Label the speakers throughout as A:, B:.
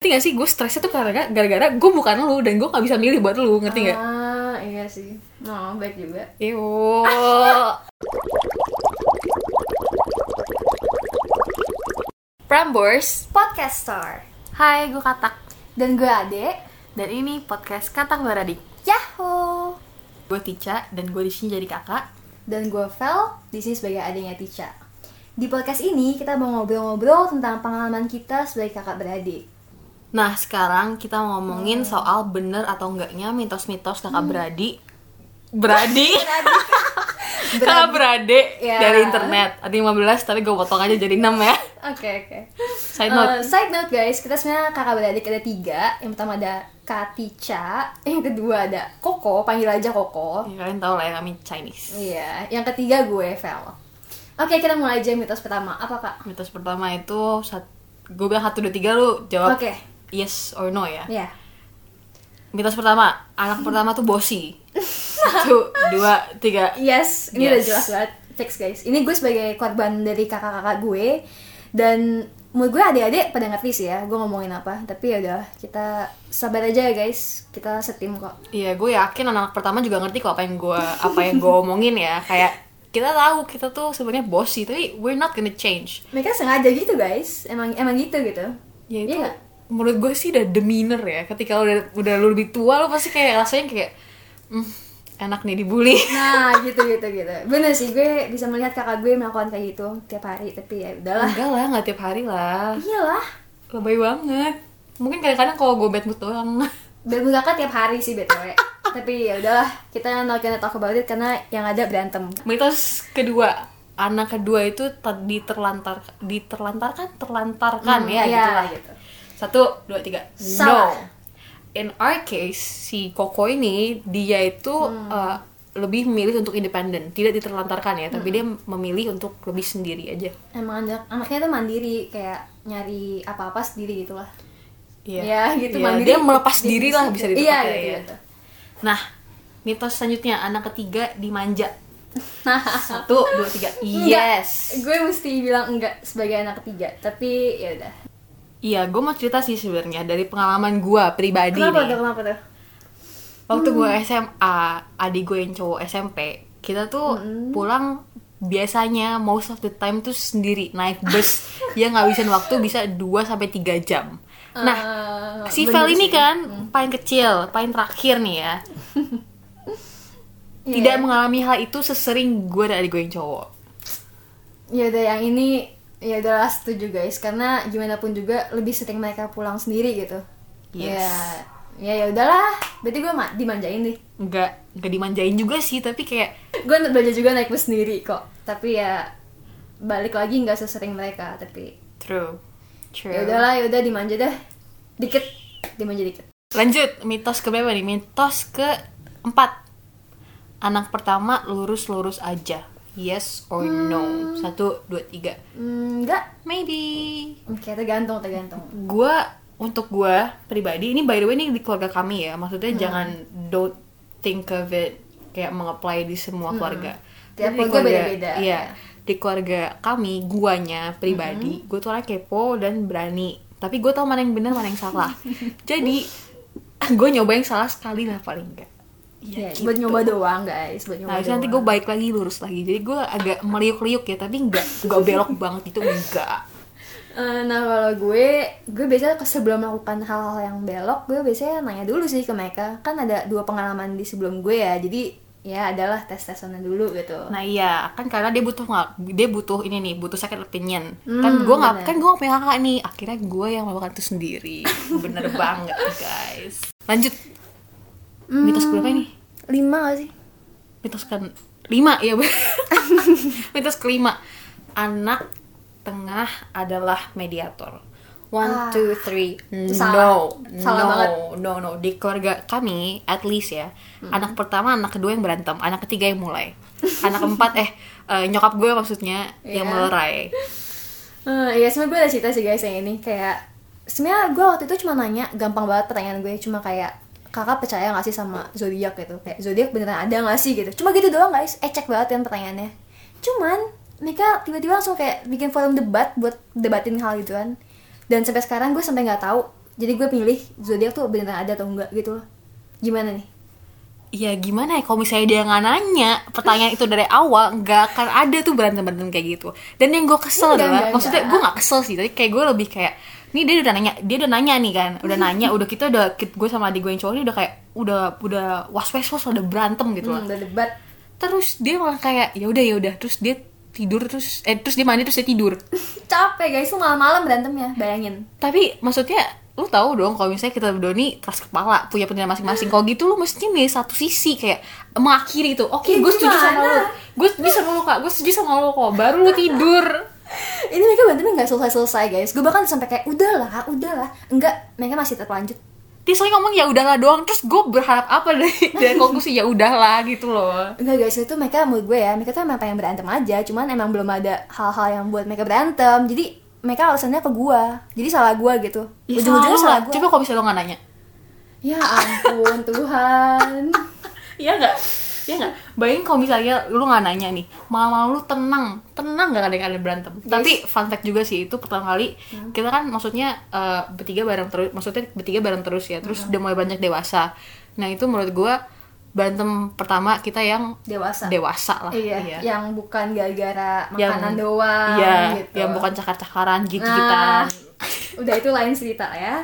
A: ngerti gak sih gue stresnya tuh karena gara-gara gue bukan lu dan gue nggak bisa milih buat lu ngerti nggak
B: ah iya sih no baik juga
A: Iyo. Prambors,
B: podcast star
A: hai gue Katak
B: dan gue Ade
A: dan ini podcast Katak Baradik.
B: Yahoo
A: Gue Tica dan gue di sini jadi kakak.
B: dan gue Vel di sini sebagai adiknya Tica di podcast ini kita mau ngobrol-ngobrol tentang pengalaman kita sebagai kakak beradik
A: Nah sekarang kita mau ngomongin soal bener atau enggaknya mitos-mitos kakak beradik beradik kakak beradik
B: Ya.
A: dari internet ada 15 tapi gue potong aja jadi 6 ya
B: oke oke
A: side
B: Eh,
A: note
B: side note guys kita sebenarnya kakak beradik ada tiga yang pertama ada Kak Tica yang kedua ada Koko panggil aja Koko
A: Ya, kalian tau lah ya kami Chinese
B: Iya, yang ketiga gue Vel. Oke, kita mulai aja mitos pertama. Apa kak?
A: mitos pertama itu saat gue bilang 1, 2, 3 lu jawab
B: Oke.
A: yes or no ya
B: Ya.
A: mitos pertama anak pertama tuh bosi 1, 2, 3
B: Yes, ini udah
A: Yes.
B: jelas banget. Fix guys. Ini gue sebagai korban dari kakak-kakak gue dan menurut gue adik-adik pada ngerti sih ya gue ngomongin apa. Tapi ya udah, kita sabar aja ya guys. Kita setim kok.
A: Iya, gue yakin anak pertama juga ngerti kok apa yang gue apa yang gue omongin ya. Kayak kita tahu kita tuh sebenarnya bossy, tapi we're not gonna change.
B: Mereka sengaja gitu guys. Emang emang gitu gitu.
A: Ya itu
B: Iya nggak?
A: menurut gue sih udah demeanor ya. Ketika lu udah udah lu lebih tua, lu pasti kayak rasanya kayak "Hmm, enak nih dibully.
B: Nah, gitu gitu gitu. Bener sih gue bisa melihat kakak gue melakukan kayak gitu tiap hari. Tapi ya udahlah.
A: Enggak lah, nggak tiap hari lah.
B: Iyalah.
A: Lebay banget. Mungkin kadang-kadang kalau gue bad mood doang.
B: Berantem kakak tiap hari sih BTW Tapi ya udahlah, kita not gonna talk about it karena yang ada berantem
A: Mitos kedua, anak kedua itu ter- diterlantar diterlantarkan terlantarkan ya,
B: iya,
A: gitu lah.
B: gitu.
A: Satu, dua, tiga.
B: Salah.
A: No. In our case, si Koko ini dia itu
B: Hmm.
A: eh, lebih memilih untuk independen, tidak diterlantarkan ya,
B: Hmm.
A: tapi dia memilih untuk lebih sendiri aja.
B: Emang anak anaknya tuh mandiri, kayak nyari apa-apa sendiri gitu lah
A: Iya,
B: Ya gitu,
A: Iya,
B: mandiri
A: Dia melepas diri lah bisa
B: gitu.
A: dipakai
B: Iya
A: ya.
B: gitu, gitu.
A: Nah, mitos selanjutnya anak ketiga dimanja. Satu, dua, tiga.
B: Enggak,
A: Yes.
B: Gue mesti bilang enggak sebagai anak ketiga, tapi ya udah
A: Iya, gue mau cerita sih sebenarnya dari pengalaman gue pribadi
B: Kenapa
A: nih.
B: tuh, Hmm. kenapa tuh?
A: waktu gue SMA adik gue yang cowok SMP kita tuh
B: Hmm.
A: pulang biasanya most of the time tuh sendiri naik bus dia ngabisin waktu bisa 2 sampai 3 jam nah
B: Eh,
A: si
B: bener
A: Vel ini
B: sih. Hmm.
A: kan paling kecil paling terakhir nih ya
B: Iya.
A: tidak mengalami hal itu sesering gue dan adik gue yang cowok
B: Ya udah yang ini ya udahlah setuju guys karena gimana pun juga lebih sering mereka pulang sendiri gitu.
A: Yes.
B: Ya ya ya udahlah. Berarti gue ma- dimanjain deh.
A: nggak nggak dimanjain juga sih tapi kayak
B: Gue belajar juga naik bus sendiri kok. Tapi ya balik lagi nggak sesering mereka tapi
A: true true
B: ya udahlah ya udah dimanja deh. Dikit dimanja dikit.
A: lanjut mitos ke berapa nih mitos ke empat anak pertama lurus lurus aja yes or no satu dua tiga
B: Hmm, enggak.
A: maybe
B: Oke, tergantung tergantung.
A: gue untuk gue pribadi ini by the way ini di keluarga kami ya maksudnya
B: Hmm.
A: jangan don't think of it kayak mengapply di semua keluarga
B: Hmm.
A: Tapi
B: Tiap
A: di
B: keluarga beda-beda.
A: iya di keluarga kami guanya
B: Hmm.
A: pribadi gue tuh orang kepo dan berani tapi gue tau mana yang benar mana yang salah jadi gue nyoba yang salah sekali lah paling enggak
B: Ya, buat nyoba doang guys, buat
A: gitu.
B: nyoba.
A: Nah, habis itu nanti gue
B: doang.
A: balik lagi lurus lagi. Jadi gue agak meliuk-liuk ya, tapi enggak enggak belok banget gitu, itu enggak.
B: Eh, nah kalau gue, gue biasanya ke- sebelum melakukan hal-hal yang belok, gue biasanya nanya dulu sih ke mereka. Kan ada dua pengalaman di sebelum gue ya, jadi ya adalah tes tesannya dulu gitu.
A: Nah iya, kan karena dia butuh nggak, dia butuh ini nih, butuh second opinion. kan gue nggak,
B: Hmm, bener.
A: kan gue nggak punya kakak nih. Akhirnya gue yang melakukan itu sendiri. Bener banget guys. Lanjut,
B: Hmm.
A: mitos berapa ini?
B: Lima gak sih?
A: Mitos ke lima ya, bener. mitos kelima, anak tengah adalah mediator. One,
B: Ah,
A: two, three. No,
B: itu salah. Salah
A: no,
B: banget. Hmm.
A: no, no. Di keluarga kami, at least ya, anak pertama, anak kedua yang berantem, anak ketiga yang mulai, anak keempat eh eh, nyokap gue maksudnya yang
B: Iya.
A: melerai.
B: Eh, iya sebenernya gue ada cerita sih guys yang ini kayak sebenarnya gue waktu itu cuma nanya gampang banget pertanyaan gue cuma kayak kakak percaya gak sih sama zodiak gitu kayak zodiak beneran ada gak sih gitu cuma gitu doang guys ecek banget kan pertanyaannya cuman mereka gitu tiba-tiba langsung kayak bikin forum debat buat debatin hal gituan dan sampai kan. sekarang gue sampai nggak tahu jadi gue pilih zodiak tuh beneran ada atau enggak gitu loh gimana nih
A: ya gimana ya kalau misalnya dia nggak nanya pertanyaan itu dari awal nggak akan ada tuh berantem berantem kayak gitu dan yang gue kesel
B: Enggak,
A: adalah
B: enggak,
A: maksudnya
B: enggak.
A: gue nggak kesel sih tapi kayak gue lebih kayak ini dia udah nanya dia udah nanya nih kan udah nanya udah kita udah gue sama adik gue yang cowok ini udah kayak udah udah was was was udah berantem gitu lah
B: hmm, udah debat
A: terus dia malah kayak ya udah ya udah terus dia tidur terus eh terus dia mandi terus dia tidur
B: capek guys lu malam-malam berantemnya bayangin
A: tapi maksudnya lu tahu dong kalau misalnya kita berdua nih keras kepala punya penilaian masing-masing kalau gitu lu mestinya milih satu sisi kayak mengakhiri itu oke
B: Ya,
A: gue setuju sama
B: gimana?
A: lu gue setuju sama lu kak gue setuju sama lu kok baru lu tidur
B: ini mereka berantemnya nggak selesai-selesai guys gue bahkan sampai kayak udahlah udahlah enggak mereka masih terlanjut
A: dia soalnya ngomong ya udahlah doang terus gue berharap apa dari dari konklusi ya udahlah gitu loh
B: Enggak guys, itu mereka menurut gue ya, mereka tuh emang pengen berantem aja Cuman emang belum ada hal-hal yang buat mereka berantem Jadi mereka alasannya ke gue Jadi salah gue gitu
A: ya, salah
B: Ujung-ujungnya salah
A: lu.
B: gue
A: coba kalau misalnya lu nggak nanya
B: Ya ampun Tuhan
A: Iya nggak? Iya nggak? Bayangin kalau misalnya lu nggak nanya nih, malam-malam lu tenang, tenang nggak ada yang ada berantem. Tapi fun fact juga sih itu pertama kali
B: Hmm.
A: kita kan maksudnya eh, bertiga bareng terus, maksudnya bertiga bareng terus ya. Terus
B: Hmm.
A: udah mulai banyak dewasa. Nah itu menurut gua berantem pertama kita yang
B: Dewasa
A: dewasa lah.
B: Iya, yang bukan gara-gara
A: Yang-
B: makanan doang
A: Iya,
B: gitu
A: yang bukan cakar-cakaran gitu
B: Nah, udah itu lain cerita ya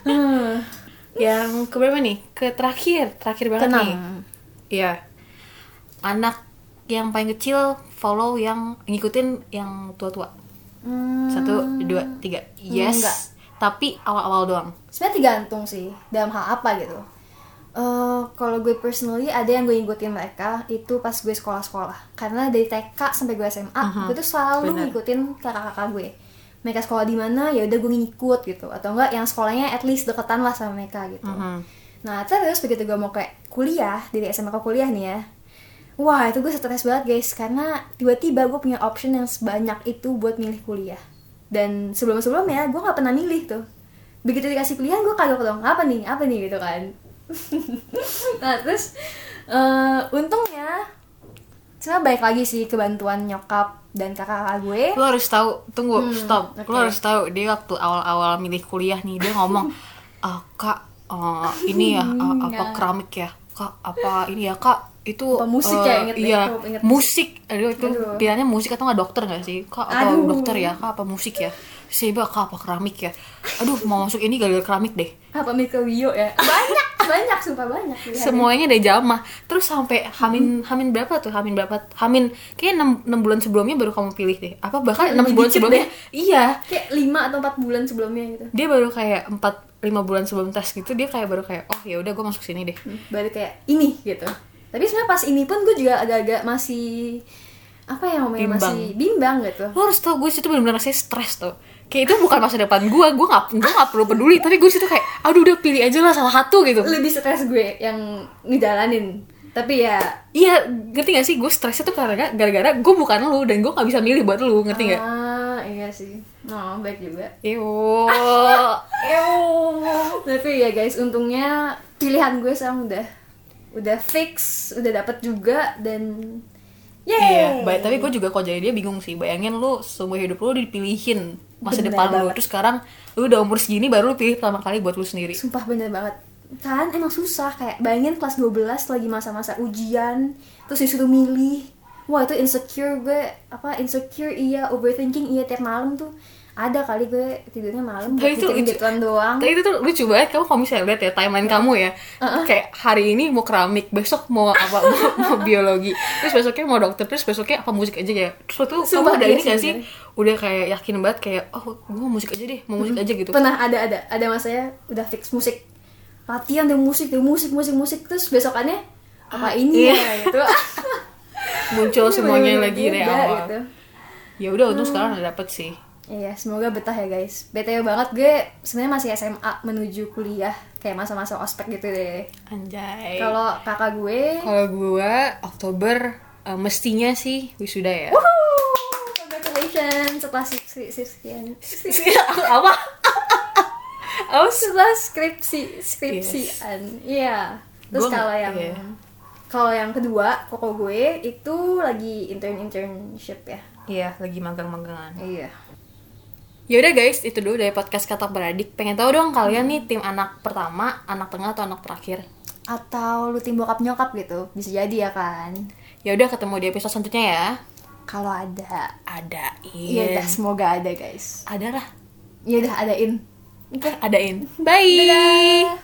B: Hmm.
A: Yang keberapa nih? Ke terakhir, terakhir banget
B: Tenang.
A: nih. Iya. Anak yang paling kecil follow yang ngikutin yang tua-tua.
B: Hmm,
A: Satu, dua, tiga. Yes.
B: Enggak.
A: Tapi awal-awal doang.
B: sebenarnya tergantung sih dalam hal apa gitu Eh, kalau gue personally ada yang gue ngikutin mereka itu pas gue sekolah-sekolah karena dari TK sampai gue SMA gue tuh selalu
A: bener.
B: ngikutin kakak-kakak gue mereka sekolah di mana ya udah gue ngikut gitu atau enggak yang sekolahnya at least deketan lah sama mereka gitu nah terus begitu gue mau kayak kuliah dari SMA ke kuliah nih ya wah itu gue stres banget guys karena tiba-tiba gue punya option yang sebanyak itu buat milih kuliah dan sebelum-sebelumnya gue nggak pernah milih tuh begitu dikasih pilihan gue kagak dong apa nih apa nih gitu kan nah terus eh, untungnya sebenarnya baik lagi sih kebantuan nyokap dan kakak
A: Eh,
B: gue
A: Lu harus tahu, tunggu,
B: Hmm,
A: stop. Lu
B: oke.
A: harus tahu dia waktu awal-awal milih kuliah nih dia ngomong, "Ah, Kak, eh, ini ya eh, apa
B: Hmm, Enggak.
A: keramik ya? Kak, apa ini ya, Kak?" itu
B: Apa musik ya,
A: eh,
B: inget ya,
A: iya,
B: aku inget.
A: musik aduh itu
B: Aduh.
A: pilihannya musik atau nggak dokter nggak sih kak atau
B: Aduh.
A: dokter ya kak apa musik ya seba kak apa keramik ya aduh mau masuk ini gara-gara keramik deh
B: apa mikrobio ya banyak banyak sumpah banyak pilihannya.
A: semuanya dari jamah terus sampai
B: Hmm.
A: hamin hamin berapa tuh hamin berapa hamin kayak enam enam bulan sebelumnya baru kamu pilih deh apa bahkan
B: Kayak
A: enam
B: lebih
A: bulan
B: dikit
A: sebelumnya iya
B: kayak lima atau empat bulan sebelumnya gitu
A: dia baru kayak empat lima bulan sebelum tes gitu dia kayak baru kayak oh ya udah gue masuk sini deh
B: baru kayak ini gitu tapi sebenarnya pas ini pun gue juga agak-agak masih apa ya namanya
A: Bimbang.
B: masih bimbang gitu
A: lo harus tau gue situ benar-benar rasanya stres tuh kayak itu bukan masa depan gue gue nggak gue nggak perlu peduli tapi gue situ kayak aduh udah pilih aja lah salah satu gitu
B: lebih stres gue yang ngejalanin tapi ya
A: iya ngerti gak sih gue stresnya tuh karena gara-gara gue bukan lu dan gue nggak bisa milih buat lu ngerti gak
B: ah iya sih no baik juga
A: Ewo, ewo.
B: tapi ya guys untungnya pilihan gue sekarang udah udah fix udah dapet juga dan
A: Iya,
B: Yeay!
A: ba- tapi gue juga kok jadi dia bingung sih. Bayangin lu seumur hidup lu dipilihin masa
B: Bener
A: depan lu.
B: banget.
A: Terus sekarang lu udah umur segini baru lu pilih pertama kali buat lu sendiri.
B: Sumpah bener banget Kan emang susah kayak bayangin kelas 12 lagi masa-masa ujian Terus disuruh milih Wah itu insecure gue Apa insecure iya overthinking iya tiap malam tuh Ada kali gue tidurnya malam
A: Tapi itu
B: mikirin
A: lucu.
B: gituan doang
A: Tapi itu tuh lucu banget kamu kalau misalnya lihat ya timeline
B: Iya.
A: kamu ya. Kayak hari ini mau keramik, besok mau apa mau, mau biologi, terus besoknya mau dokter, terus besoknya apa musik aja ya. Terus tuh
B: Sumpah,
A: kamu udah
B: iya
A: ini
B: sih,
A: gak sih? Udah kayak yakin banget kayak oh gue mau musik aja deh, mau musik aja gitu.
B: Pernah ada ada ada masanya udah fix musik Latihan deh musik deh musik musik musik Terus besokannya apa ini
A: Iya.
B: ya gitu
A: Muncul semuanya
B: Iya, Bener-bener
A: lagi dari
B: beda
A: awal.
B: gitu. Mm.
A: Ya udah untung sekarang udah dapet sih.
B: Iya, semoga betah ya guys. BTW banget gue sebenarnya masih SMA menuju kuliah kayak masa-masa ospek gitu deh.
A: Anjay.
B: Kalau kakak gue,
A: Kalau gua Oktober eh, mestinya sih wisuda ya.
B: wuhuu, congratulations setelah skripsi sekian.
A: Apa? Oh,
B: Setelah skripsi skripsian, iya. Terus
A: Gua nggak-
B: kalau yang
A: iya.
B: kalau yang kedua koko gue itu lagi intern internship ya.
A: Iya, lagi magang-magangan.
B: Iya.
A: Ya udah guys, itu dulu dari podcast Katak Beradik. Pengen tahu dong kalian nih tim anak pertama, anak tengah atau anak terakhir?
B: Atau lu tim bokap nyokap gitu Bisa jadi ya kan
A: Ya udah ketemu di episode selanjutnya ya.
B: Kalau ada
A: Adain.
B: Iya udah semoga ada guys
A: Adalah.
B: Ya udah adain
A: Adain. Bye.